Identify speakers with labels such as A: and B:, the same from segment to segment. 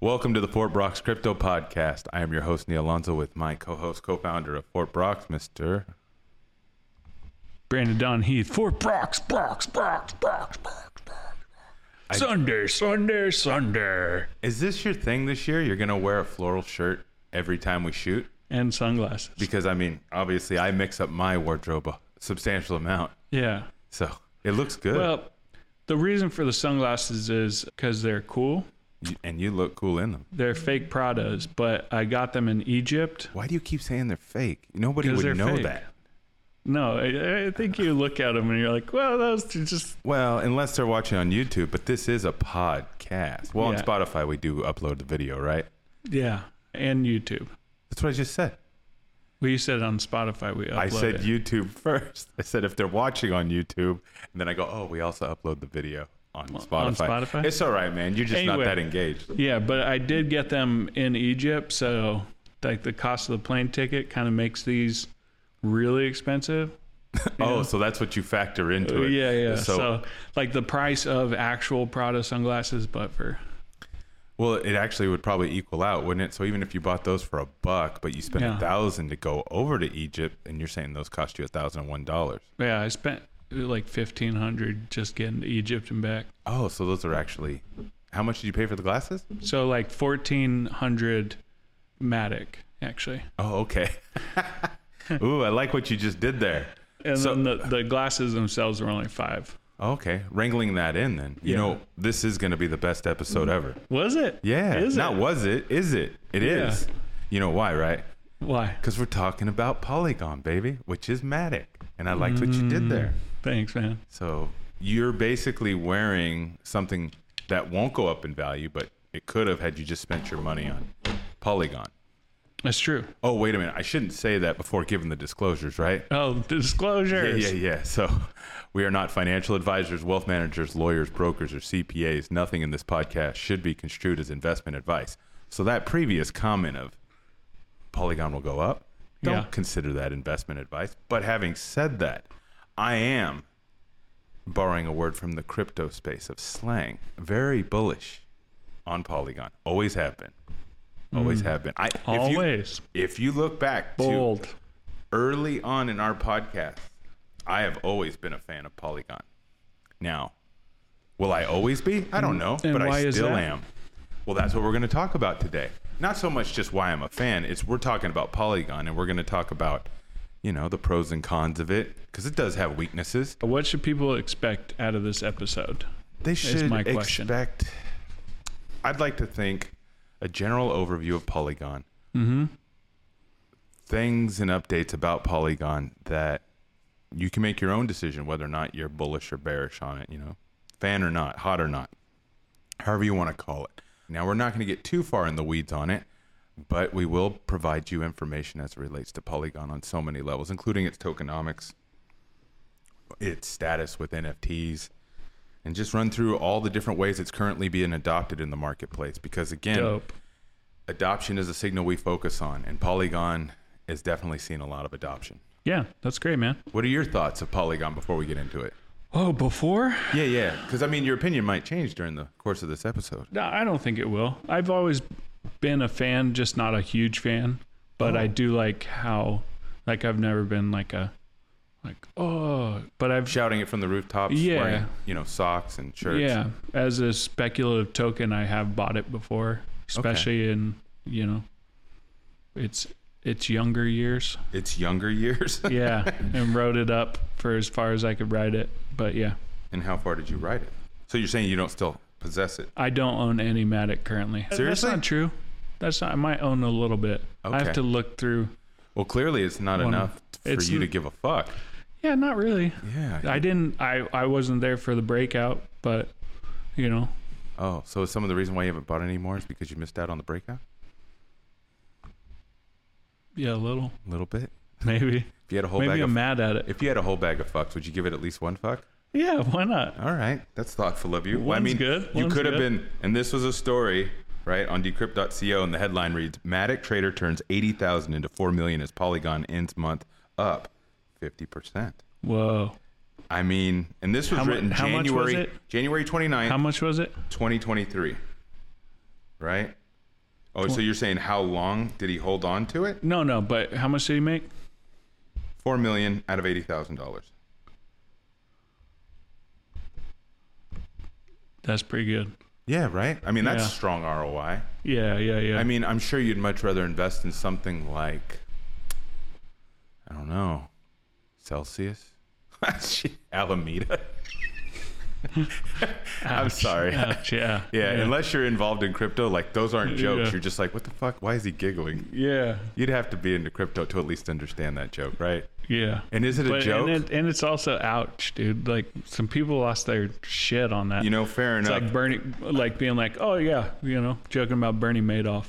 A: Welcome to the Fort Brock's Crypto Podcast. I am your host, Neil Alonso, with my co host, co founder of Fort Brock's, Mr.
B: Brandon Don Heath for Brox, Brox, Brox, Brox, Brox, Brox. Sunday, Sunday, Sunday.
A: Is this your thing this year? You're going to wear a floral shirt every time we shoot?
B: And sunglasses.
A: Because, I mean, obviously, I mix up my wardrobe a substantial amount.
B: yeah.
A: So it looks good.
B: Well, the reason for the sunglasses is because they're cool.
A: You- and you look cool in them.
B: They're fake Pradas, but I got them in Egypt.
A: Why do you keep saying they're fake? Nobody
B: 'Cause
A: would
B: they're
A: know
B: fake.
A: that.
B: No, I, I think you look at them and you're like, well, those two just.
A: Well, unless they're watching on YouTube, but this is a podcast. Well,
B: Yeah.
A: on Spotify, we do upload the video, right?
B: Yeah. And YouTube.
A: That's what I just said.
B: Well, you said on Spotify we upload
A: I said
B: it.
A: YouTube first. I said if they're watching on YouTube, and then I go, oh, we also upload the video on Spotify.
B: Spotify?
A: It's all right, man. You're just
B: Anyway.
A: not that engaged.
B: Yeah, but I did get them in Egypt, so like the cost of the plane ticket kind of makes these really expensive.
A: Oh, so that's what you factor into it.
B: yeah, yeah. So,
A: So,
B: like the price of actual Prada sunglasses, but for
A: well, it actually would probably equal out, wouldn't it? So even if you bought those for a buck, but you spent
B: Yeah.
A: a thousand to go over to Egypt, and you're saying those cost you a thousand and one dollars.
B: yeah, I spent like fifteen hundred just getting to Egypt and back.
A: Oh, so those are actually. How much did you pay for the glasses?
B: So like fourteen hundred Matic actually,
A: Oh, okay. Ooh, I like what you just did there.
B: and
A: So-
B: then the, the glasses themselves were only five.
A: Okay, wrangling that in then. You
B: Yeah.
A: know, this is going to be the best episode ever.
B: Was it?
A: Yeah.
B: Is
A: not
B: it?
A: was it? Is it? It is.
B: Yeah.
A: You know why, right?
B: Why?
A: Because we're talking about Polygon, baby, which is Matic, and I liked what you
B: Mm.
A: did there.
B: Thanks, man.
A: So you're basically wearing something that won't go up in value, but it could have had you just spent your money on Polygon.
B: That's true.
A: Oh, wait a minute. I shouldn't say that before giving the disclosures, right?
B: Oh, disclosures.
A: Yeah, yeah, yeah. So we are not financial advisors, wealth managers, lawyers, brokers, or CPAs. Nothing in this podcast should be construed as investment advice. So that previous comment of Polygon will go up, don't
B: Yeah.
A: consider that investment advice. But having said that, I am borrowing a word from the crypto space of slang, very bullish on Polygon. Always have been. Always have been. I, If
B: Mm. Always
A: you, if you look back to
B: bold.
A: early on in our podcast, I have always been a fan of Polygon. Now, will I always be? I don't know,
B: Mm. And
A: but
B: why
A: I
B: is
A: still
B: that?
A: am. Well, that's what we're going to talk about today. Not so much just why I'm a fan, it's we're talking about Polygon and we're going to talk about, you know, the pros and cons of it because it does have weaknesses.
B: What should people expect out of this episode?
A: They should
B: my question.
A: expect. I'd like to think a general overview of Polygon. Mm-hmm. Things and updates about Polygon that you can make your own decision whether or not you're bullish or bearish on it. You know, fan or not, hot or not, however you want to call it. Now we're not going to get too far in the weeds on it, but we will provide you information as it relates to Polygon on so many levels, including its tokenomics, its status with NFTs, and just run through all the different ways it's currently being adopted in the marketplace. Because again,
B: Dope.
A: adoption is a signal we focus on, and Polygon is definitely seeing a lot of adoption.
B: Yeah, that's great, man.
A: What are your thoughts of Polygon before we get into it?
B: Oh, before?
A: Yeah, yeah. Because I mean, your opinion might change during the course of this episode.
B: No, I don't think it will. I've always been a fan, just not a huge fan. But I do like how, like, I've never been like a, like, oh, but I've,
A: Shouting it from the rooftops,
B: Yeah.
A: wearing you know socks and shirts.
B: yeah, as a speculative token, I have bought it before, especially in, you know, it's, it's younger years.
A: It's younger years.
B: Yeah. and rode it up for as far as I could ride it. But yeah,
A: and how far did you ride it? So you're saying you don't still possess it?
B: I don't own any Matic currently.
A: Seriously?
B: That's not true. That's not, I might own a little bit. I
A: Okay.
B: have to look through.
A: Well, clearly it's not
B: One-
A: enough for
B: it's-
A: you to give a fuck.
B: Yeah, not really.
A: Yeah.
B: I didn't. I I wasn't there for the breakout, but you know,
A: oh, so some of the reason why you haven't bought any more is because you missed out on the breakout
B: yeah, a little
A: a little bit.
B: maybe.
A: If you had a whole
B: maybe
A: bag
B: I'm
A: of
B: mad at it.
A: if you had a whole bag of fucks, would you give it at least one fuck?
B: Yeah, why not?
A: All right, that's thoughtful of you. Well, I
B: One's
A: mean,
B: good,
A: you
B: one's
A: could have
B: good.
A: been, and this was a story, right, on decrypt.co, and the headline reads Matic trader turns 80,000 into 4 million as Polygon ends month up 50%.
B: Whoa,
A: I mean, and this was
B: How mu-
A: written
B: how much was
A: January
B: it?
A: January
B: how
A: 29th,
B: much was it?
A: 2023. Right? Oh, so you're saying how long did he hold on to it?
B: No, no, but how much did he make?
A: Four million out of eighty thousand dollars.
B: That's pretty good.
A: Yeah, right. I mean, that's
B: Yeah.
A: strong ROI.
B: Yeah, yeah, yeah.
A: I mean, I'm sure you'd much rather invest in something like, I don't know, Celsius, Shit, Alameda. I'm sorry.
B: Ouch, yeah,
A: Yeah, unless you're involved in crypto, like those aren't jokes.
B: Yeah.
A: You're just like, what the fuck? Why is he giggling?
B: yeah,
A: You'd have to be into crypto to at least understand that joke, right?
B: yeah.
A: And is it a
B: But,
A: joke?
B: and, it, and it's also ouch, dude. Like some people lost their shit on that.
A: you know, fair
B: it's
A: enough.
B: like Bernie, like being like, oh yeah, you know, joking about Bernie Madoff.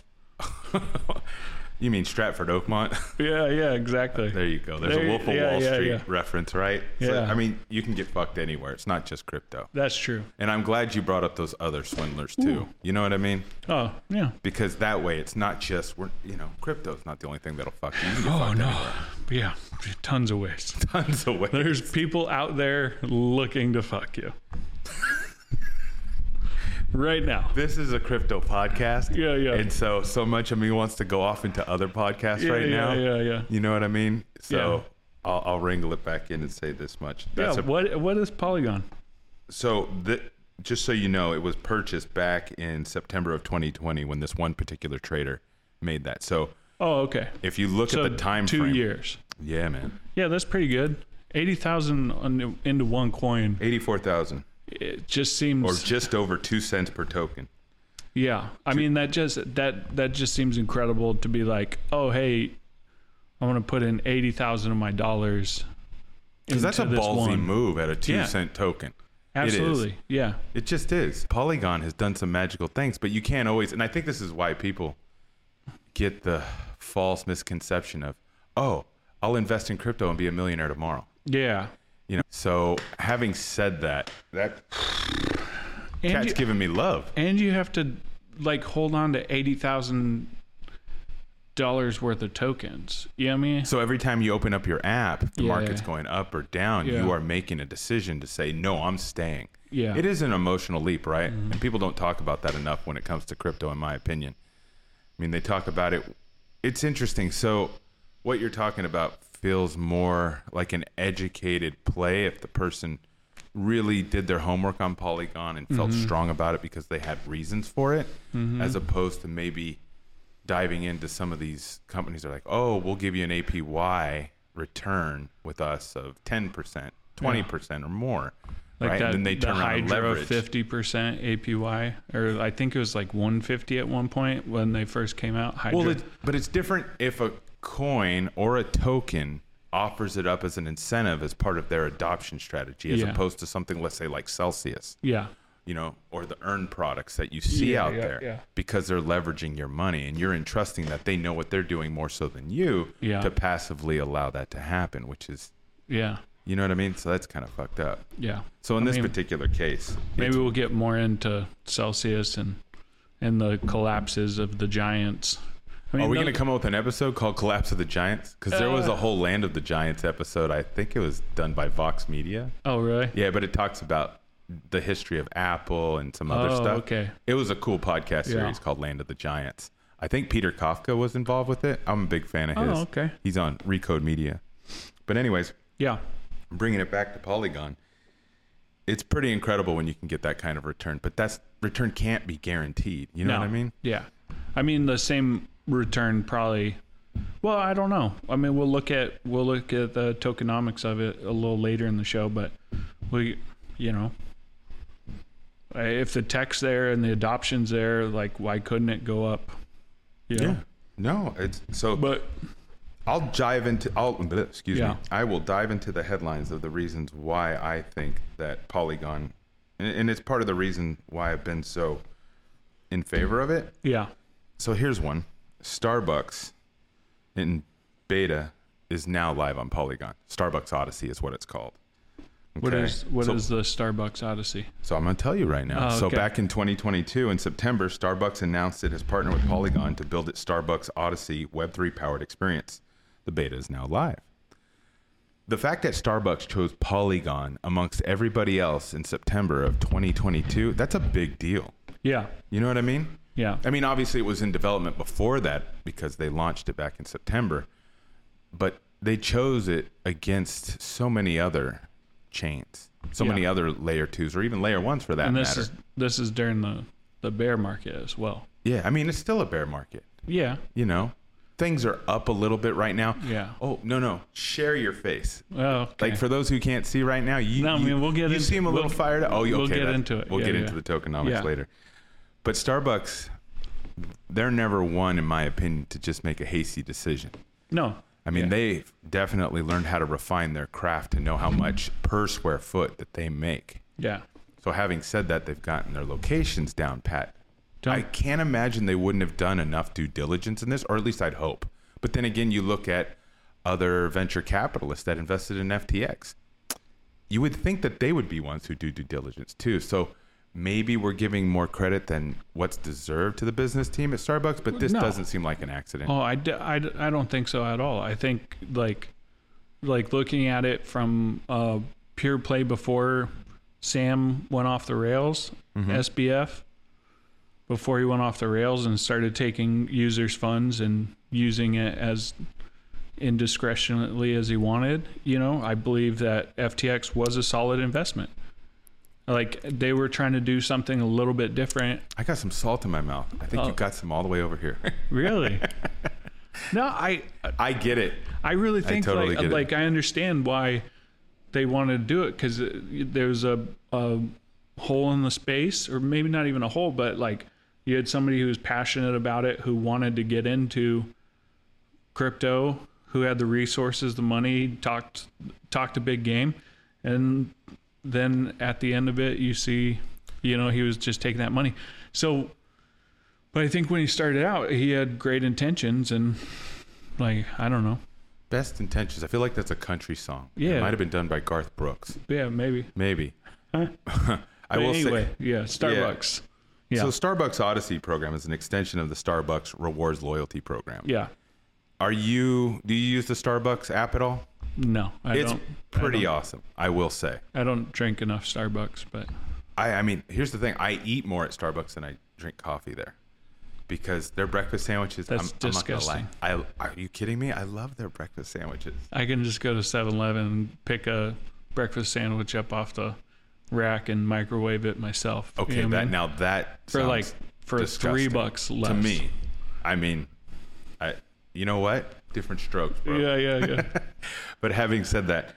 A: you mean Stratford Oakmont?
B: Yeah, yeah, exactly.
A: there you go. There's
B: There-
A: a Wolf of
B: yeah,
A: Wall
B: yeah,
A: Street
B: yeah.
A: reference, right? So,
B: Yeah.
A: I mean, you can get fucked anywhere. It's not just crypto.
B: That's true.
A: And I'm glad you brought up those other swindlers too. You know what I mean?
B: Oh yeah.
A: Because that way, it's not just we're you know, crypto's not the only thing that'll fuck you. You can get
B: Oh
A: fucked
B: no. Yeah, tons of ways.
A: tons of ways.
B: There's people out there looking to fuck you. right now.
A: this is a crypto podcast.
B: Yeah, yeah.
A: And so, so much of me wants to go off into other podcasts
B: Yeah,
A: right
B: yeah,
A: now.
B: yeah, yeah.
A: You know what I mean? So, I'll, I'll wrangle it back in and say this much. That's
B: yeah,
A: a,
B: what what is Polygon?
A: so the, just so you know, it was purchased back in September of 2020 when this one particular trader made that. So,
B: Oh, okay.
A: if you look
B: So
A: at the time
B: two
A: frame,
B: years.
A: yeah, man,
B: Yeah, that's pretty good. Eighty thousand on into one coin.
A: eighty-four thousand
B: It just seems.
A: or just over two cents per token.
B: yeah, I mean that just that that just seems incredible to be like, oh hey, I want to put in eighty thousand of my dollars.
A: Because that's a
B: into this
A: ballsy
B: one.
A: move at a two
B: Yeah.
A: cent token. It is.
B: Absolutely. Yeah.
A: It just is. Polygon has done some magical things, but you can't always. And I think this is why people get the false misconception of, oh, I'll invest in crypto and be a millionaire tomorrow.
B: Yeah.
A: You know. So having said that, that cat's
B: And you,
A: giving me love.
B: and you have to like hold on to eighty thousand dollars worth of tokens. You know what I mean?
A: So every time you open up your app, the
B: Yeah.
A: market's going up or down.
B: Yeah.
A: You are making a decision to say, no, I'm staying.
B: Yeah. Mm-hmm.
A: It is an emotional leap, right? And people don't talk about that enough when it comes to crypto, in my opinion. I mean, they talk about it. It's interesting. So, what you're talking about feels more like an educated play if the person really did their homework on Polygon and felt
B: Mm-hmm.
A: strong about it because they had reasons for it, as opposed to maybe diving into some of these companies that are like, oh, we'll give you an APY return with us of 10%, 20% or more.
B: like
A: right?
B: that,
A: and then they turn
B: the
A: around and
B: Hydra
A: leverage.
B: fifty percent APY, or I think it was like one fifty at one point when they first came out. Hydra.
A: Well, it, but it's different if a coin or a token offers it up as an incentive as part of their adoption strategy, as
B: Yeah.
A: opposed to something, let's say, like Celsius,
B: yeah,
A: you know, or the earn products that you see
B: Yeah,
A: out
B: yeah,
A: there,
B: yeah.
A: because they're leveraging your money and you're entrusting that they know what they're doing more so than you
B: Yeah.
A: to passively allow that to happen, which is,
B: yeah,
A: you know what I mean? So that's kind of fucked up.
B: yeah.
A: So in
B: I
A: this
B: mean,
A: particular case,
B: maybe we'll get more into Celsius and and the collapses of the giants. I mean,
A: Are we
B: those-
A: going to come up with an episode called Collapse of the Giants? Because there was
B: Uh.
A: a whole Land of the Giants episode. I think it was done by Vox Media.
B: Oh, really?
A: Yeah, but it talks about the history of Apple and some other
B: Oh,
A: stuff.
B: okay.
A: It was a cool podcast
B: Yeah.
A: series called Land of the Giants. I think Peter Kafka was involved with it. I'm a big fan of
B: Oh,
A: his.
B: okay.
A: He's on Recode Media. But, anyways,
B: Yeah,
A: bringing it back to Polygon, it's pretty incredible when you can get that kind of return, but that's return can't be guaranteed. You know
B: No.
A: what I mean?
B: Yeah. I mean the same return probably well, I don't know. I mean we'll look at we'll look at the tokenomics of it a little later in the show, but we you know uh, if the tech's there and the adoption's there, like why couldn't it go up? You know?
A: No, it's so.
B: But
A: I'll dive into. I'll bleh, excuse
B: Yeah.
A: me. I will dive into the headlines of the reasons why I think that Polygon, and, and it's part of the reason why I've been so in favor of it.
B: yeah.
A: So here's one: Starbucks in beta is now live on Polygon. Starbucks Odyssey is what it's called.
B: What is what is
A: so,
B: the Starbucks Odyssey?
A: so I'm going to tell you right now.
B: Oh,
A: So
B: okay.
A: back in 2022, in September, Starbucks announced it has partnered with Polygon to build its Starbucks Odyssey Web3 powered experience. The beta is now live. The fact that Starbucks chose Polygon amongst everybody else in September of 2022, that's a big deal.
B: Yeah.
A: You know what I mean?
B: Yeah.
A: I mean, obviously it was in development before that because they launched it back in September, but they chose it against so many other chains, so
B: Yeah.
A: many other layer twos or even layer ones for that
B: And this
A: matter.
B: is this is during the the bear market as well.
A: yeah, I mean, it's still a bear market,
B: Yeah.
A: you know. Things are up a little bit right now.
B: Yeah.
A: Oh, no, no. Share your face.
B: Oh, okay.
A: Like for those who can't see right now, you
B: No, I
A: you-
B: mean, we'll get
A: you
B: in-
A: seem a
B: we'll-
A: little fired up. Oh, you- okay,
B: we'll get
A: that-
B: into it.
A: We'll
B: Yeah,
A: get
B: yeah.
A: into the tokenomics
B: Yeah.
A: later. But Starbucks, they're never one, in my opinion, to just make a hasty decision.
B: no.
A: I mean,
B: Yeah.
A: they definitely learned how to refine their craft to know how much per square foot that they make.
B: Yeah.
A: So, having said that, they've gotten their locations down pat.
B: Don't,
A: I can't imagine they wouldn't have done enough due diligence in this, or at least I'd hope. But then again, you look at other venture capitalists that invested in FTX. You would think that they would be ones who do due diligence too. So maybe we're giving more credit than what's deserved to the business team at Starbucks, but this
B: No.
A: doesn't seem like an accident.
B: Oh, I, d- I, d- I don't think so at all. I think like like looking at it from uh, pure play before Sam went off the rails, SBF before he went off the rails and started taking users' funds and using it as indiscretionately as he wanted. You know, I believe that FTX was a solid investment. Like they were trying to do something a little bit different
A: I got some salt in my mouth. I think
B: Oh.
A: you got some all the way over here.
B: Really? no, I uh,
A: I get it.
B: I really think
A: totally get
B: like
A: it.
B: like I understand why they wanted to do it because there's a a hole in the space, or maybe not even a hole, but like you had somebody who was passionate about it who wanted to get into crypto, who had the resources, the money, talked talked a big game, and then at the end of it, you see, you know, he was just taking that money. So, but I think when he started out, he had great intentions and like I don't know,
A: Best intentions. I feel like that's a country song.
B: Yeah.
A: It might have been done by Garth Brooks.
B: yeah, maybe.
A: Maybe. I
B: But
A: will
B: anyway,
A: say
B: yeah, Starbucks, Yeah.
A: So Starbucks Odyssey program is an extension of the Starbucks Rewards loyalty program.
B: yeah.
A: Are you do you use the Starbucks app at all?
B: No, I
A: it's
B: don't.
A: pretty awesome, I will say.
B: I don't drink enough Starbucks, but
A: I I mean, here's the thing, I eat more at Starbucks than I drink coffee there. Because their breakfast sandwiches
B: That's
A: I'm, I'm
B: disgusting.
A: not gonna lie. I are you kidding me? I love their breakfast sandwiches.
B: I can just go to 7-Eleven and pick a breakfast sandwich up off the rack and microwave it myself. You
A: Okay,
B: know what I
A: that
B: mean?
A: now that
B: for like
A: sounds
B: for three
A: disgusting
B: bucks less
A: to me. I mean, I you know what? Different strokes, bro.
B: Yeah, yeah, yeah,
A: But having said that,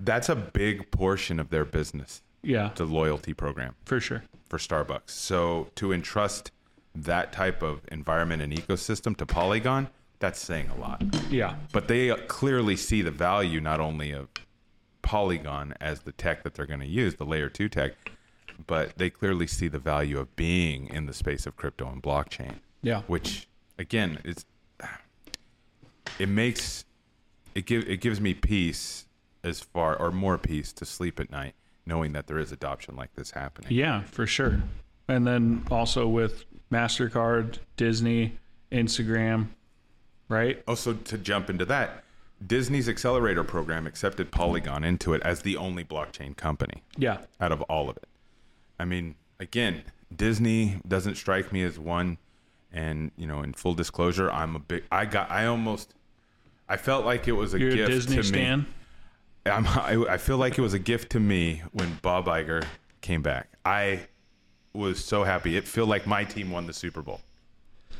A: that's a big portion of their business,
B: yeah,
A: the loyalty program
B: for sure.
A: for Starbucks. So to entrust that type of environment and ecosystem to Polygon, that's saying a lot.
B: Yeah,
A: But they clearly see the value not only of Polygon as the tech that they're going to use, the layer two tech, but they clearly see the value of being in the space of crypto and blockchain
B: yeah,
A: which again it's it makes it give it gives me peace as far or more peace to sleep at night knowing that there is adoption like this happening
B: yeah, for sure. And then also with Mastercard, Disney, Instagram, right?
A: oh so to jump into that disney's accelerator program accepted polygon into it as the only blockchain company
B: Yeah,
A: out of all of it i mean again disney doesn't strike me as one and you know in full disclosure i'm a big i got i almost i felt like it was a
B: you're a
A: gift
B: Disney
A: to me
B: stan.
A: I'm, I, I feel like it was a gift to me when Bob Iger came back. I was so happy. It felt like my team won the Super Bowl.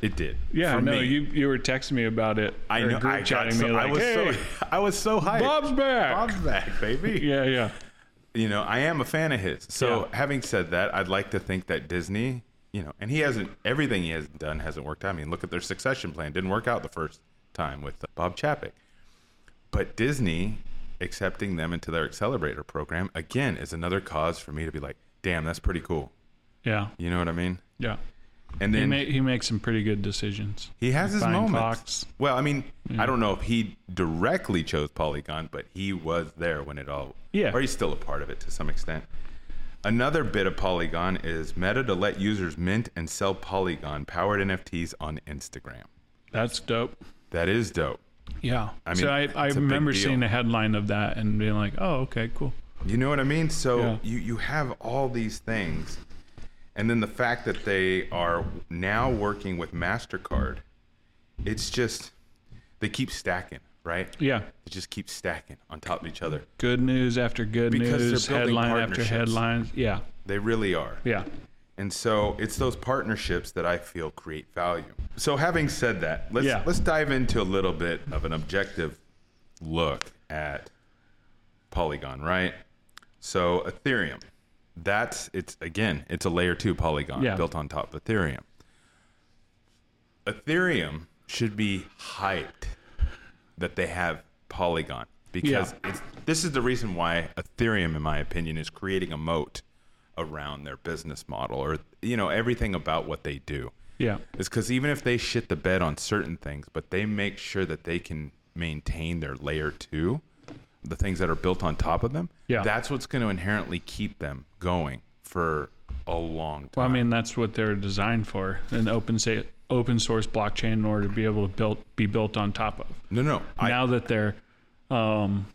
A: It did.
B: Yeah,
A: for
B: no,
A: me.
B: you you were texting me about it.
A: I
B: or
A: know.
B: Group
A: I, got
B: chatting
A: so,
B: me like,
A: I was
B: hey,
A: so. I was so hyped.
B: Bob's back.
A: Bob's back, baby.
B: yeah, yeah,
A: You know, I am a fan of his. So,
B: Yeah.
A: having said that, I'd like to think that Disney, you know, and he hasn't. Everything he has done hasn't worked out. I mean, look at their succession plan. Didn't work out the first time with Bob Chapek. But Disney accepting them into their accelerator program again is another cause for me to be like, damn, that's pretty cool.
B: yeah,
A: You know what I mean?
B: yeah.
A: And
B: He,
A: then
B: ma- he makes some pretty good decisions.
A: he has his
B: buying
A: moments.
B: clocks.
A: Well, I mean, I don't know if he directly chose Polygon, but he was there when it all.
B: Yeah.
A: Or he's still a part of it to some extent. Another bit of Polygon is Meta to let users mint and sell Polygon powered NFTs on Instagram.
B: That's dope.
A: That is dope.
B: Yeah.
A: I
B: so
A: mean,
B: I,
A: it's
B: I
A: a big
B: remember
A: deal.
B: seeing the headline of that and being like, oh, okay, cool.
A: You know what I mean? So
B: Yeah.
A: you you have all these things, And then the fact that they are now working with MasterCard, it's just, they keep stacking, right?
B: Yeah.
A: They just keep stacking on top of each other.
B: Good news after good
A: Because they're
B: news,
A: building
B: headline after
A: partnerships.
B: headline. Yeah.
A: They really are.
B: Yeah.
A: And so it's those partnerships that I feel create value. So having said that, let's
B: Yeah.
A: let's dive into a little bit of an objective look at Polygon, right? So Ethereum, that's it's again, it's a layer 2 polygon
B: Yeah.
A: built on top of Ethereum. Ethereum should be hyped that they have Polygon because it's, this is the reason why Ethereum, in my opinion, is creating a moat around their business model or you know everything about what they do.
B: Yeah.
A: It's because even if they shit the bed on certain things, but they make sure that they can maintain their layer two, the things that are built on top of them.
B: Yeah.
A: that's what's going to inherently keep them going for a long time.
B: Well, I mean, that's what they're designed for an open say, open source blockchain in order to be able to build, be built on top of.
A: no, no, I,
B: now that they're um,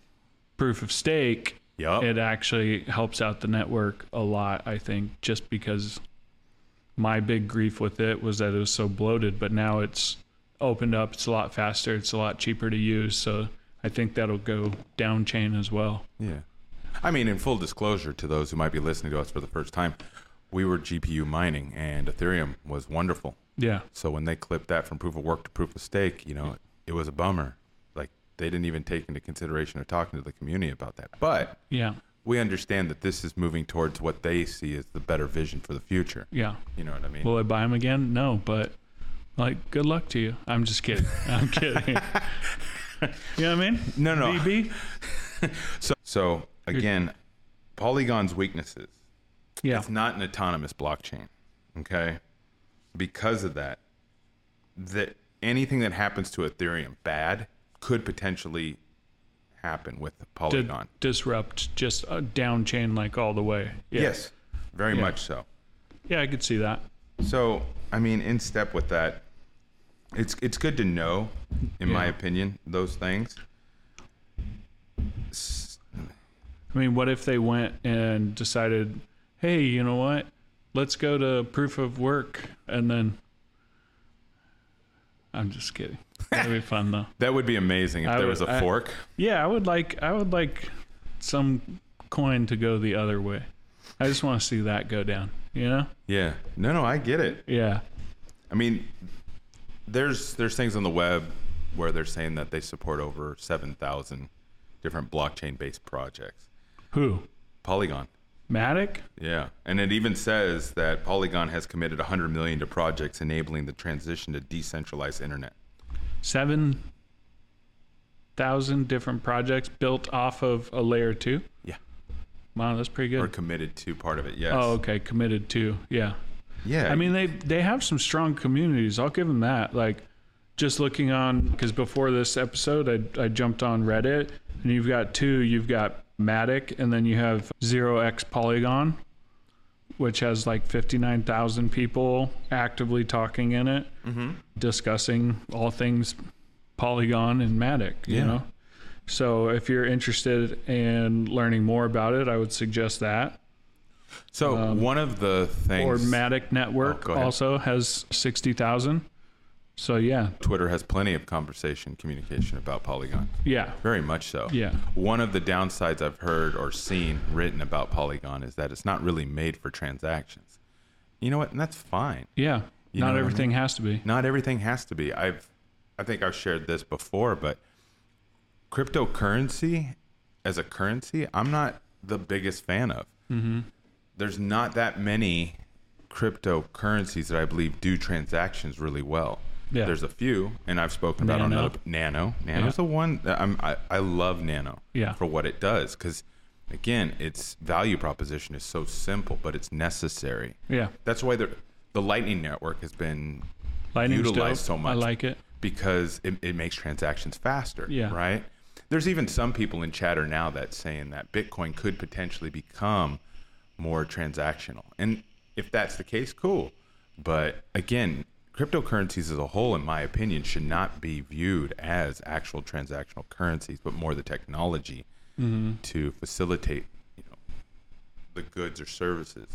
B: proof of stake,
A: Yup.
B: it actually helps out the network a lot, I think, just because my big grief with it was that it was so bloated, but now it's opened up. It's a lot faster. It's a lot cheaper to use. So I think that'll go down chain as well.
A: Yeah. I mean, in full disclosure to those who might be listening to us for the first time, we were GPU mining and Ethereum was wonderful.
B: Yeah.
A: So when they clipped that from proof of work to proof of stake, you know, it was a bummer. Like they didn't even take into consideration or talking to the community about that. But
B: Yeah.
A: we understand that this is moving towards what they see as the better vision for the future.
B: Yeah.
A: You know what I mean?
B: Will I buy them again? No, but like, good luck to you. I'm just kidding. I'm kidding. you know what I mean?
A: no, no.
B: BB?
A: So, so again, Polygon's weaknesses.
B: Yeah.
A: It's not an autonomous blockchain. Okay. Because of that, that anything that happens to Ethereum bad could potentially happen with
B: to
A: Polygon.
B: disrupt just a down chain like all the way. Yeah.
A: Yes. Very
B: Yeah.
A: much so.
B: Yeah, I could see that.
A: So, I mean, in step with that, it's it's good to know, in my
B: Yeah.
A: opinion, those things. S-
B: I mean, what if they went and decided, hey, you know what? Let's go to proof of work and then. I'm just kidding. That'd be fun though.
A: That would be amazing if
B: I
A: there
B: would-
A: was a
B: I-
A: fork.
B: Yeah, I would like I would like some coin to go the other way. I just want to see that go down. You know?
A: Yeah. No, no, I get it.
B: Yeah.
A: I mean, there's there's things on the web where they're saying that they support over seven thousand different blockchain based projects.
B: Who?
A: Polygon,
B: Matic?
A: yeah, and it even says that Polygon has committed hundred million to projects enabling the transition to decentralized internet.
B: Seven thousand different projects built off of a layer two.
A: Yeah,
B: Wow, that's pretty good.
A: or committed to part of it. Yes.
B: Oh, okay. Committed to. Yeah.
A: yeah.
B: I mean, they they have some strong communities. I'll give them that. Like, just looking on because before this episode, I I jumped on Reddit, and you've got two. You've got Matic, and then you have Zero X Polygon, which has like fifty nine thousand people actively talking in it,
A: Mm-hmm.
B: discussing all things Polygon and Matic. You
A: Yeah.
B: know. So if you're interested in learning more about it, I would suggest that.
A: so one of the
B: um, Or
A: things Oh,
B: Matic Network
A: go ahead.
B: also has 60,000. So yeah,
A: Twitter has plenty of conversation communication about Polygon.
B: yeah,
A: Very much so.
B: Yeah.
A: One of the downsides I've heard or seen written about Polygon is that it's not really made for transactions. You know what? And that's fine.
B: yeah.
A: know
B: Not
A: what I
B: everything has to be.
A: Not everything has to be. I've I think I've shared this before, but cryptocurrency as a currency, I'm not the biggest fan of.
B: Mm-hmm.
A: There's not that many cryptocurrencies that I believe do transactions really well.
B: Yeah.
A: There's a few, and I've spoken about on
B: Nano.
A: another Nano. Nano's the one that I'm, I I love Nano.
B: Yeah.
A: For what it does, because again, its value proposition is so simple, but it's necessary.
B: Yeah.
A: That's why the the Lightning Network has been
B: Lightning's
A: utilized
B: dope.
A: so much
B: I like it.
A: because it, it makes transactions faster.
B: Yeah.
A: Right. There's even some people in chatter now that saying that Bitcoin could potentially become more transactional, and if that's the case, cool. But again, cryptocurrencies as a whole, in my opinion, should not be viewed as actual transactional currencies, but more the technology to facilitate, you know, the goods or services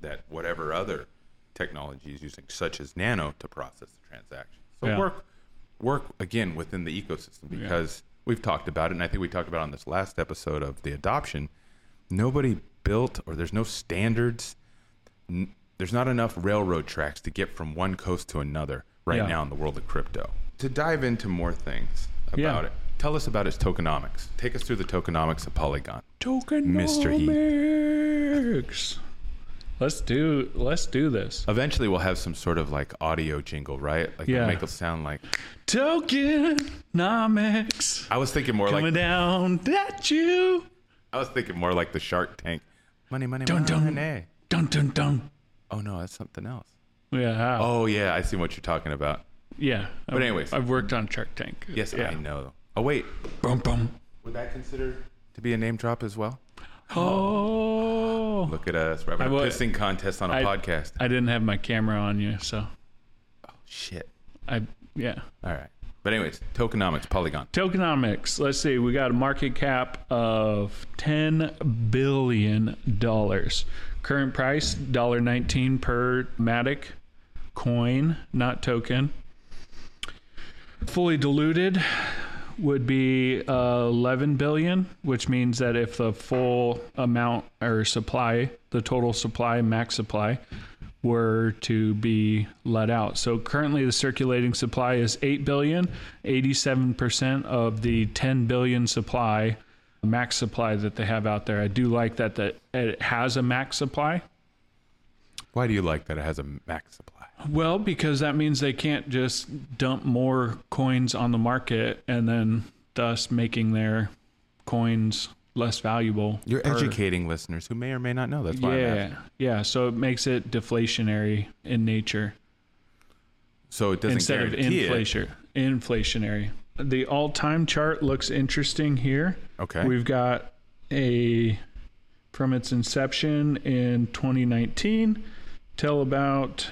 A: that whatever other technology is using, such as Nano, to process the transaction. So
B: Yeah.
A: work work again within the ecosystem because we've talked about it, and I think we talked about it on this last episode of the adoption. Nobody built, or there's no standards. N- there's not enough railroad tracks to get from one coast to another right
B: Yeah.
A: now in the world of crypto. To dive into more things about
B: Yeah.
A: it, tell us about its tokenomics. Take us through the tokenomics of Polygon.
B: Tokenomics. Let's do let's do this.
A: Eventually, we'll have some sort of like audio jingle, right? Like
B: Yeah.
A: make us sound like.
B: Tokenomics
A: I was thinking more
B: coming
A: like
B: down at you.
A: I was thinking more like the Shark Tank. Money, money,
B: Dun, dun.
A: money.
B: Dun dun dun.
A: Oh no, that's something else.
B: Yeah. ah,
A: Oh yeah, I see what you're talking about.
B: Yeah. But
A: anyways.
B: I've worked on Shark Tank.
A: Yes,
B: yeah.
A: I know. Oh wait,
B: Bum bum.
A: would that consider to be a name drop as well?
B: Oh.
A: Look at us, we're having a
B: I would-
A: pissing contest on a
B: I-
A: podcast.
B: I didn't have my camera on you, so
A: Shit.
B: I yeah.
A: All right. But anyways, tokenomics, Polygon.
B: Tokenomics. Let's see. We got a market cap of ten billion dollars. Current price dollar nineteen per matic coin, not token. Fully diluted would be uh, eleven billion, which means that if the full amount or supply, the total supply, max supply, were to be let out. So currently the circulating supply is 8 billion, 87% of the 10 billion supply max supply that they have out there. I do like that that it has a max supply.
A: Why do you like that it has a max supply?
B: Well, because that means they can't just dump more coins on the market and then thus making their coins less valuable.
A: You're
B: per-
A: educating listeners who may or may not know. That's why I'm
B: Yeah.
A: asking.
B: Yeah, so it makes it deflationary in nature.
A: So it doesn't
B: instead of
A: guarantee it.
B: inflation, inflationary. The all-time chart looks interesting here.
A: Okay.
B: We've got a from its inception in 2019 till about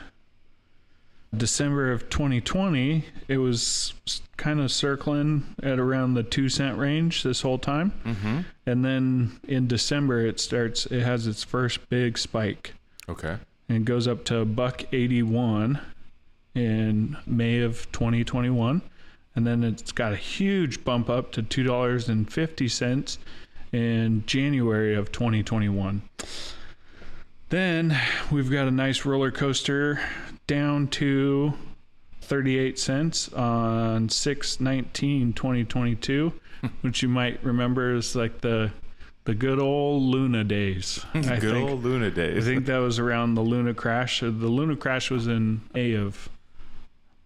B: December of 2020, it was kind of circling at around the 2 cent range this whole time.
A: mm-hmm.
B: And then in December it starts it has its first big spike
A: Okay.
B: and it goes up to buck 81 in May of 2021 and then it's got a huge bump up to $2.50 in January of 2021. Then we've got a nice roller coaster down to 38 cents on 6/19/2022, which you might remember is like the the good old Luna days. I
A: Good
B: think.
A: old Luna
B: I
A: days.
B: think that was around the Luna crash. Uh, The Luna crash was in A of,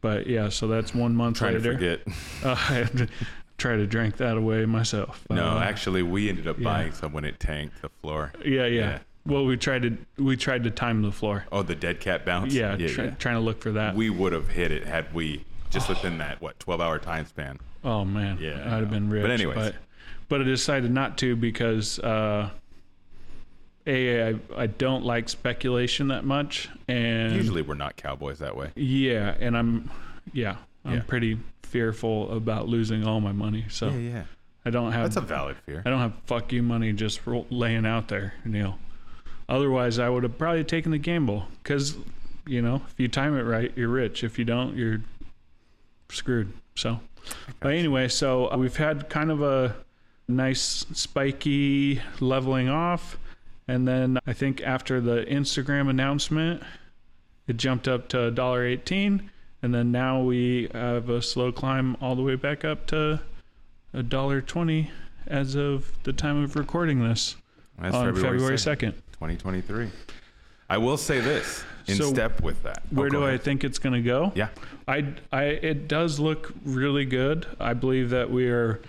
B: but yeah, so that's one month
A: Trying to
B: later.
A: forget.
B: Uh, I had to try to drink that away myself.
A: No,
B: Uh,
A: actually, we ended up
B: yeah.
A: buying some when it tanked the floor.
B: yeah, yeah,
A: yeah.
B: Well, we tried to we tried to time the floor.
A: Oh, the dead cat bounce.
B: Yeah, try, trying to look for that.
A: We would have hit it had we just within that what twelve hour time span.
B: oh man,
A: Yeah, I
B: I'd have
A: know.
B: been
A: But
B: rich.
A: anyways.
B: but, but I decided not to because uh, a I, I don't like speculation that much, and
A: Usually, we're not cowboys that way.
B: yeah, and I'm yeah I'm
A: Yeah.
B: pretty fearful about losing all my money. So.
A: yeah.
B: I don't have
A: That's a valid fear.
B: I don't have fuck you money just ro- laying out there, Neil. Otherwise, I would have probably taken the gamble because, you know, if you time it right, you're rich. If you don't, you're screwed. So, but anyway, so uh, we've had kind of a nice spiky leveling off, and then I think after the Instagram announcement, it jumped up to $1.18, and then now we have a slow climb all the way back up to a dollar twenty as of the time of recording this
A: That's
B: on February
A: 2nd,
B: second.
A: 2023. I will say this in
B: So,
A: step with that.
B: Where
A: Oh, go
B: do I
A: ahead.
B: think it's going to go?
A: Yeah.
B: I, I, it does look really good. I believe that we are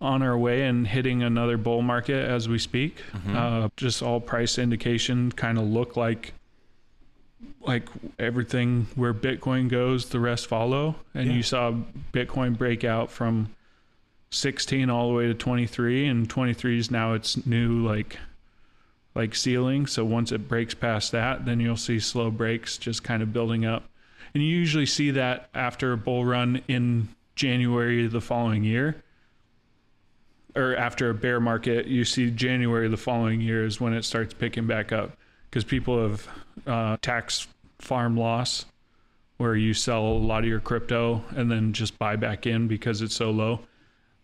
B: on our way and hitting another bull market as we speak.
A: Mm-hmm.
B: Uh, just all price indication kind of look like like everything where Bitcoin goes, the rest follow. And
A: Yeah.
B: you saw Bitcoin break out from 16 all the way to 23, and 23 is now its new like like ceiling. So once it breaks past that, then you'll see slow breaks just kind of building up. And you usually see that after a bull run in January the following year. Or after a bear market, you see January the following year is when it starts picking back up because people have uh, tax farm loss where you sell a lot of your crypto and then just buy back in because it's so low.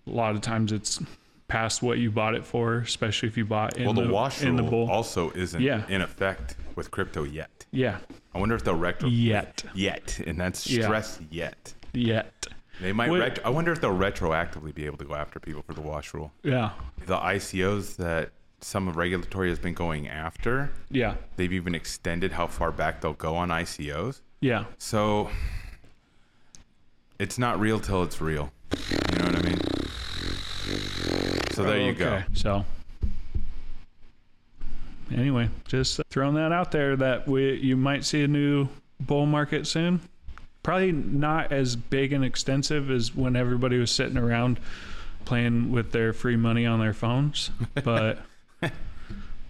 B: A lot of times it's past what you bought it for, especially if you bought in
A: well, the,
B: the,
A: wash
B: in the
A: rule
B: bull.
A: also isn't
B: Yeah.
A: in effect with crypto yet.
B: yeah,
A: I wonder if they'll retro
B: Yet.
A: yet, and that's
B: Yeah.
A: stress yet.
B: yet.
A: They might.
B: Wait.
A: Retro- I wonder if they'll retroactively be able to go after people for the wash rule.
B: Yeah.
A: The ICOs that some of regulatory has been going after,
B: Yeah.
A: they've even extended how far back they'll go on ICOs.
B: Yeah.
A: So it's not real till it's real. You know what I mean? So there you go.
B: Okay, So anyway, just throwing that out there that we you might see a new bull market soon. Probably not as big and extensive as when everybody was sitting around playing with their free money on their phones, but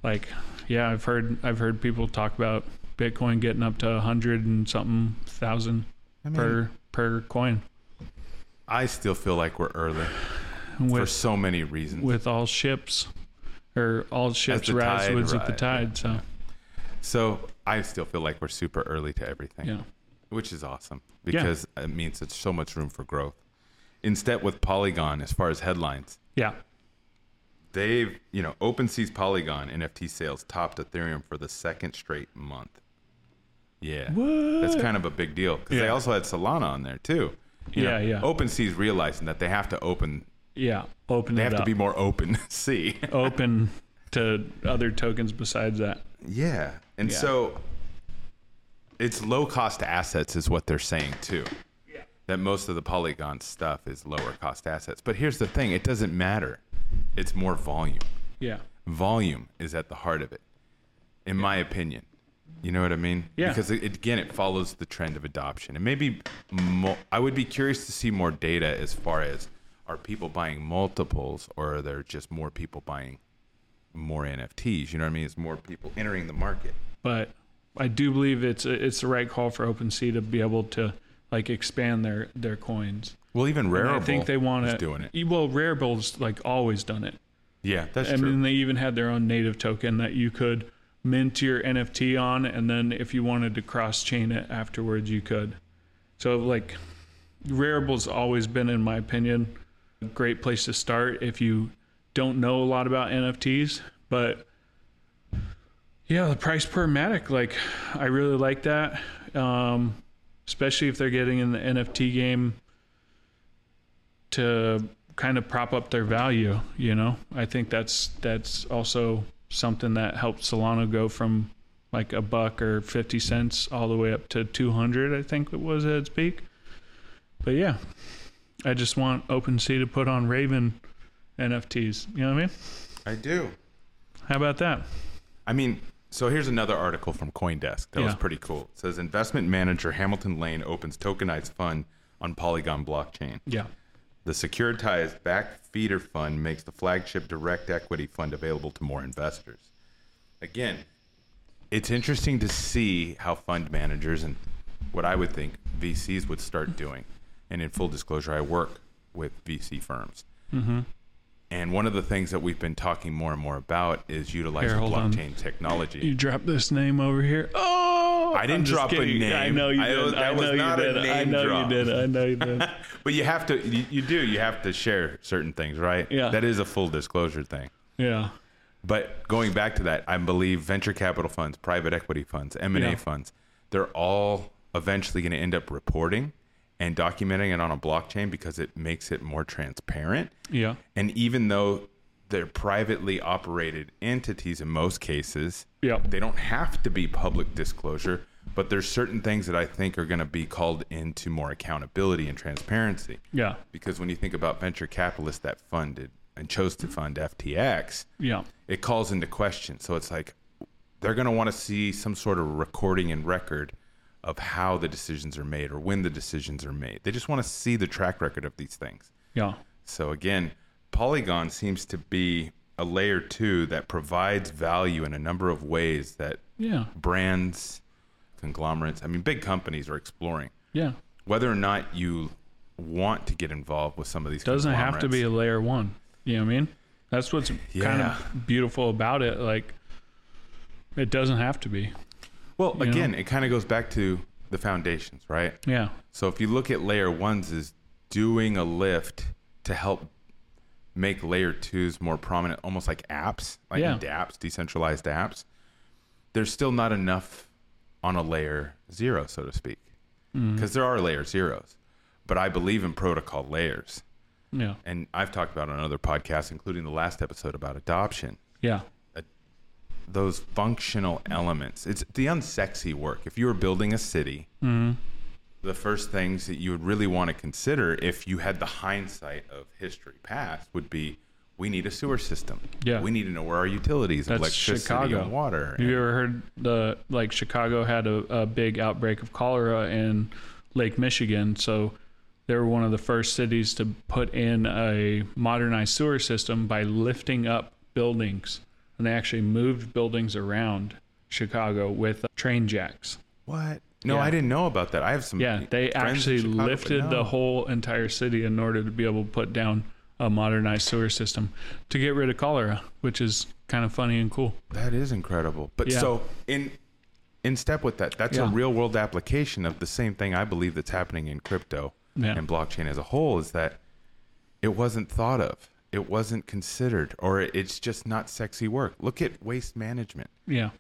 B: like yeah, I've heard I've heard people talk about Bitcoin getting up to a hundred and something thousand
A: I, mean,
B: per per coin
A: I still feel like we're early for
B: with
A: so many reasons.
B: with all ships or all ships
A: the
B: rise
A: tide
B: with the
A: rise,
B: tide. So
A: so I still feel like we're super early to everything,
B: yeah,
A: which is awesome because it means it's so much room for growth. Instead, with Polygon, as far as headlines,
B: yeah,
A: they've, you know, OpenSea's Polygon NFT sales topped Ethereum for the second straight month. Yeah. That's kind of a big deal because they
B: Yeah.
A: also had Solana on there too. You
B: Yeah, yeah.
A: OpenSea's realizing that they have to open,
B: yeah. Open
A: they
B: it
A: have
B: up.
A: to be more open sea.
B: open to other tokens besides that.
A: yeah. And
B: Yeah.
A: so it's low cost assets, is what they're saying too. That most of the Polygon stuff is lower cost assets. But here's the thing it doesn't matter, it's more volume.
B: Yeah,
A: volume is at the heart of it, in my opinion. You know what I mean?
B: Yeah.
A: Because it, it- again, it follows the trend of adoption, and maybe mo- I would be curious to see more data as far as are people buying multiples or are there just more people buying more NFTs? You know what I mean? It's more people entering the market.
B: but I do believe it's it's the right call for OpenSea to be able to like expand their their coins.
A: Well, even
B: And
A: Rarible
B: I think they want
A: is
B: to
A: doing it.
B: Well, Rarible's like always done it.
A: Yeah, that's
B: I
A: true.
B: mean, they even had their own native token that you could mint your NFT on, and then if you wanted to cross chain it afterwards, you could. So, like, Rarible's always been, in my opinion, a great place to start if you don't know a lot about NFTs. But yeah, the price per Matic, like, I really like that, um, especially if they're getting in the NFT game to kind of prop up their value. You know, I think that's that's also something that helped Solana go from like a buck or fifty cents all the way up to two hundred. I think it was at its peak. But yeah, I just want OpenSea to put on Raven NFTs. You know what I mean?
A: I do.
B: How about that?
A: I mean, so here's another article from CoinDesk that was
B: Yeah.
A: pretty cool. It says investment manager Hamilton Lane opens tokenized fund on Polygon blockchain.
B: Yeah.
A: The securitized back feeder fund makes the flagship direct equity fund available to more investors. Again, it's interesting to see how fund managers and what I would think VCs would start doing. And in full disclosure, I work with VC firms.
B: Mm-hmm.
A: And one of the things that we've been talking more and more about is utilizing
B: Here, hold on.
A: blockchain technology.
B: You dropped this name over here. Oh,
A: I didn't
B: I'm just
A: drop a
B: kidding. I
A: name.
B: know you
A: I
B: did.
A: was-
B: I,
A: that was
B: know you
A: not a
B: did. I
A: name
B: know
A: drop.
B: you did. I know you did.
A: But you have to, you, you do, you have to share certain things, right?
B: Yeah.
A: That is a full disclosure thing.
B: Yeah.
A: But going back to that, I believe venture capital funds, private equity funds, M and A
B: Yeah.
A: funds, they're all eventually going to end up reporting and documenting it on a blockchain because it makes it more transparent.
B: Yeah.
A: And even though they're privately operated entities in most cases,
B: Yeah.
A: they don't have to be public disclosure, but there's certain things that I think are going to be called into more accountability and transparency.
B: Yeah.
A: Because when you think about venture capitalists that funded and chose to fund FTX,
B: Yeah.
A: it calls into question. So it's like they're going to want to see some sort of recording and record of how the decisions are made or when the decisions are made. They just want to see the track record of these things.
B: Yeah.
A: So again, Polygon seems to be a layer two that provides value in a number of ways that
B: Yeah.
A: brands, conglomerates, I mean, big companies are exploring.
B: Yeah.
A: Whether or not you want to get involved with some of these
B: Doesn't have to be
A: conglomerates.
B: a layer one. You know what I mean? That's what's kind
A: Yeah.
B: of beautiful about it. Like, it doesn't have to be.
A: Well,
B: You know?
A: again, it kind of goes back to the foundations, right?
B: Yeah.
A: So if you look at layer ones is doing a lift to help make layer twos more prominent, almost like apps, like
B: Yeah.
A: dApps, decentralized apps. There's still not enough on a layer zero, so to speak, because there are layer zeros. But I believe in protocol layers,
B: Yeah.
A: and I've talked about on other podcasts, including the last episode about adoption
B: Yeah.
A: those functional elements. It's the unsexy work. If you were building a city,
B: Mm-hmm.
A: the first things that you would really want to consider if you had the hindsight of history past would be we need a sewer system.
B: Yeah.
A: We need to know where our utilities,
B: That's
A: electricity,
B: Chicago.
A: and water.
B: Have you ever heard the like Chicago had a, a big outbreak of cholera in Lake Michigan, so they were one of the first cities to put in a modernized sewer system by lifting up buildings, and they actually moved buildings around Chicago with train jacks.
A: what? No,
B: Yeah.
A: I didn't know about that. I have some.
B: Yeah, they
A: friends in
B: actually
A: Chicago, but
B: lifted
A: no.
B: the whole entire city in order to be able to put down a modernized sewer system to get rid of cholera, which is kind of funny and cool.
A: That is incredible. But
B: Yeah.
A: so in in step with that, that's a
B: Yeah.
A: real world application of the same thing I believe that's happening in crypto
B: Yeah.
A: and blockchain as a whole is that it wasn't thought of. It wasn't considered or it's just not sexy work. Look at waste management.
B: Yeah.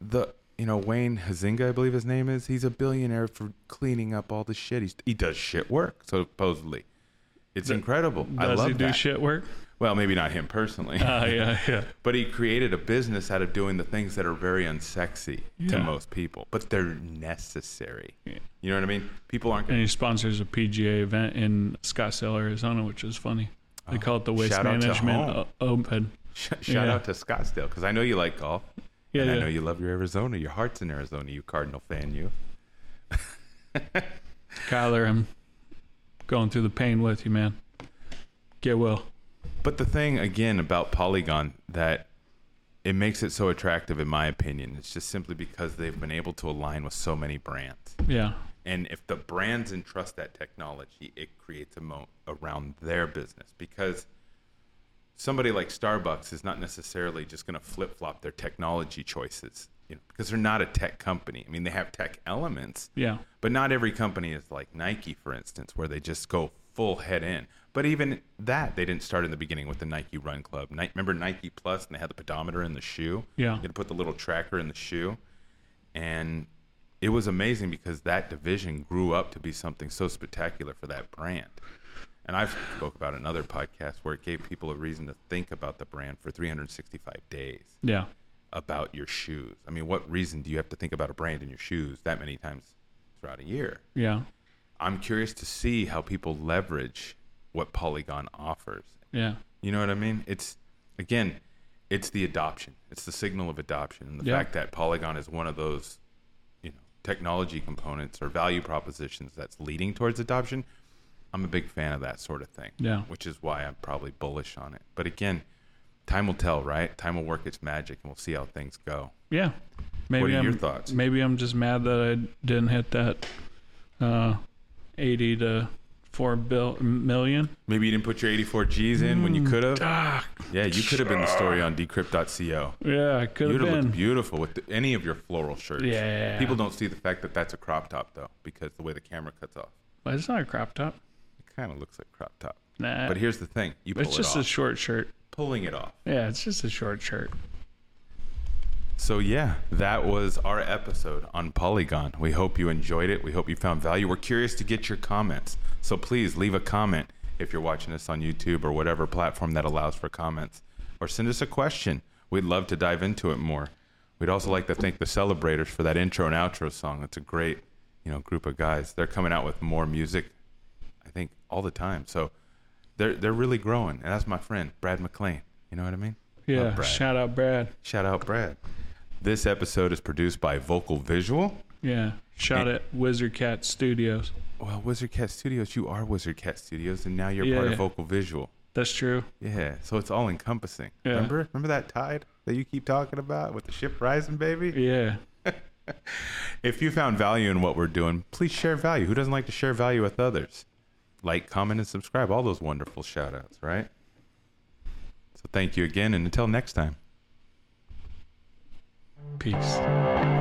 A: The you know Wayne Hazinga, I believe his name is. He's a billionaire for cleaning up all the shit. He's, he does shit work supposedly. It's incredible. I
B: Does
A: love
B: he do
A: that.
B: shit work?
A: Well, maybe not him personally.
B: Uh, yeah, yeah.
A: But he created a business out of doing the things that are very unsexy to
B: Yeah.
A: most people, but they're necessary.
B: Yeah.
A: You know what I mean? People aren't
B: And
A: going
B: he sponsors a PGA event in Scottsdale, Arizona, which is funny. They call it the Waste
A: Oh, shout out to
B: Management
A: home.
B: O- Open.
A: to shout
B: yeah.
A: out to Scottsdale because I know you like golf.
B: Yeah,
A: and I
B: yeah.
A: know you love your Arizona. Your heart's in Arizona, you Cardinal fan, you.
B: Kyler, I'm going through the pain with you, man. Get well.
A: But the thing, again, about Polygon that it makes it so attractive, in my opinion, it's just simply because they've been able to align with so many brands.
B: Yeah.
A: And if the brands entrust that technology, it creates a moat around their business because somebody like Starbucks is not necessarily just going to flip flop their technology choices, you know, because they're not a tech company. I mean, they have tech elements,
B: Yeah.
A: but not every company is like Nike, for instance, where they just go full head in. But even that, they didn't start in the beginning with the Nike Run Club. Ni- remember Nike Plus, and they had the pedometer in the shoe.
B: Yeah.
A: you had to put the little tracker in the shoe, and it was amazing because that division grew up to be something so spectacular for that brand. And I've spoke about another podcast where it gave people a reason to think about the brand for 365 days
B: Yeah.
A: about your shoes. I mean, what reason do you have to think about a brand in your shoes that many times throughout a year?
B: Yeah.
A: I'm curious to see how people leverage what Polygon offers.
B: Yeah.
A: You know what I mean? It's again, it's the adoption. It's the signal of adoption. And the
B: Yeah.
A: fact that Polygon is one of those, you know, technology components or value propositions that's leading towards adoption. I'm a big fan of that sort of thing.
B: Yeah.
A: Which is why I'm probably bullish on it. But again, time will tell, right? Time will work its magic and we'll see how things go.
B: Yeah. Maybe
A: are your
B: I'm,
A: thoughts?
B: Maybe I'm just mad that I didn't hit that uh, 80 to 4 bill, million.
A: Maybe you didn't put your 84 G's in when you could have.
B: Ah,
A: Yeah, you could have been the story on decrypt.co.
B: yeah, I could
A: You would
B: have
A: have
B: been.
A: looked beautiful with the- any of your floral shirts.
B: Yeah.
A: People don't see the fact that that's a crop top, though, because the way the camera cuts off,
B: But it's not a crop top.
A: it kind of looks like crop top.
B: Nah.
A: But here's the thing you pull
B: it's just
A: it
B: a
A: off.
B: short shirt.
A: pulling it off.
B: Yeah, it's just a short shirt.
A: So, yeah, that was our episode on Polygon. We hope you enjoyed it. We hope you found value. We're curious to get your comments. So, please leave a comment if you're watching us on YouTube or whatever platform that allows for comments, or send us a question. We'd love to dive into it more. We'd also like to thank the Celebrators for that intro and outro song. It's a great, you know, group of guys. They're coming out with more music, I think, all the time. So, they're they're really growing, and that's my friend Brad McLean. You know what I mean?
B: Yeah,
A: Love Brad.
B: shout out Brad.
A: Shout out Brad. This episode is produced by Vocal Visual.
B: Yeah, shout out Wizard Cat Studios.
A: Well, Wizard Cat Studios, you are Wizard Cat Studios, and now you're
B: Yeah,
A: part of
B: yeah.
A: Vocal Visual.
B: That's true.
A: Yeah, so it's all encompassing.
B: Yeah.
A: Remember, remember that tide that you keep talking about with the ship rising, baby.
B: Yeah,
A: If you found value in what we're doing, please share value. Who doesn't like to share value with others? Like, comment, and subscribe. All those wonderful shout outs, right? So thank you again, and until next time.
B: peace.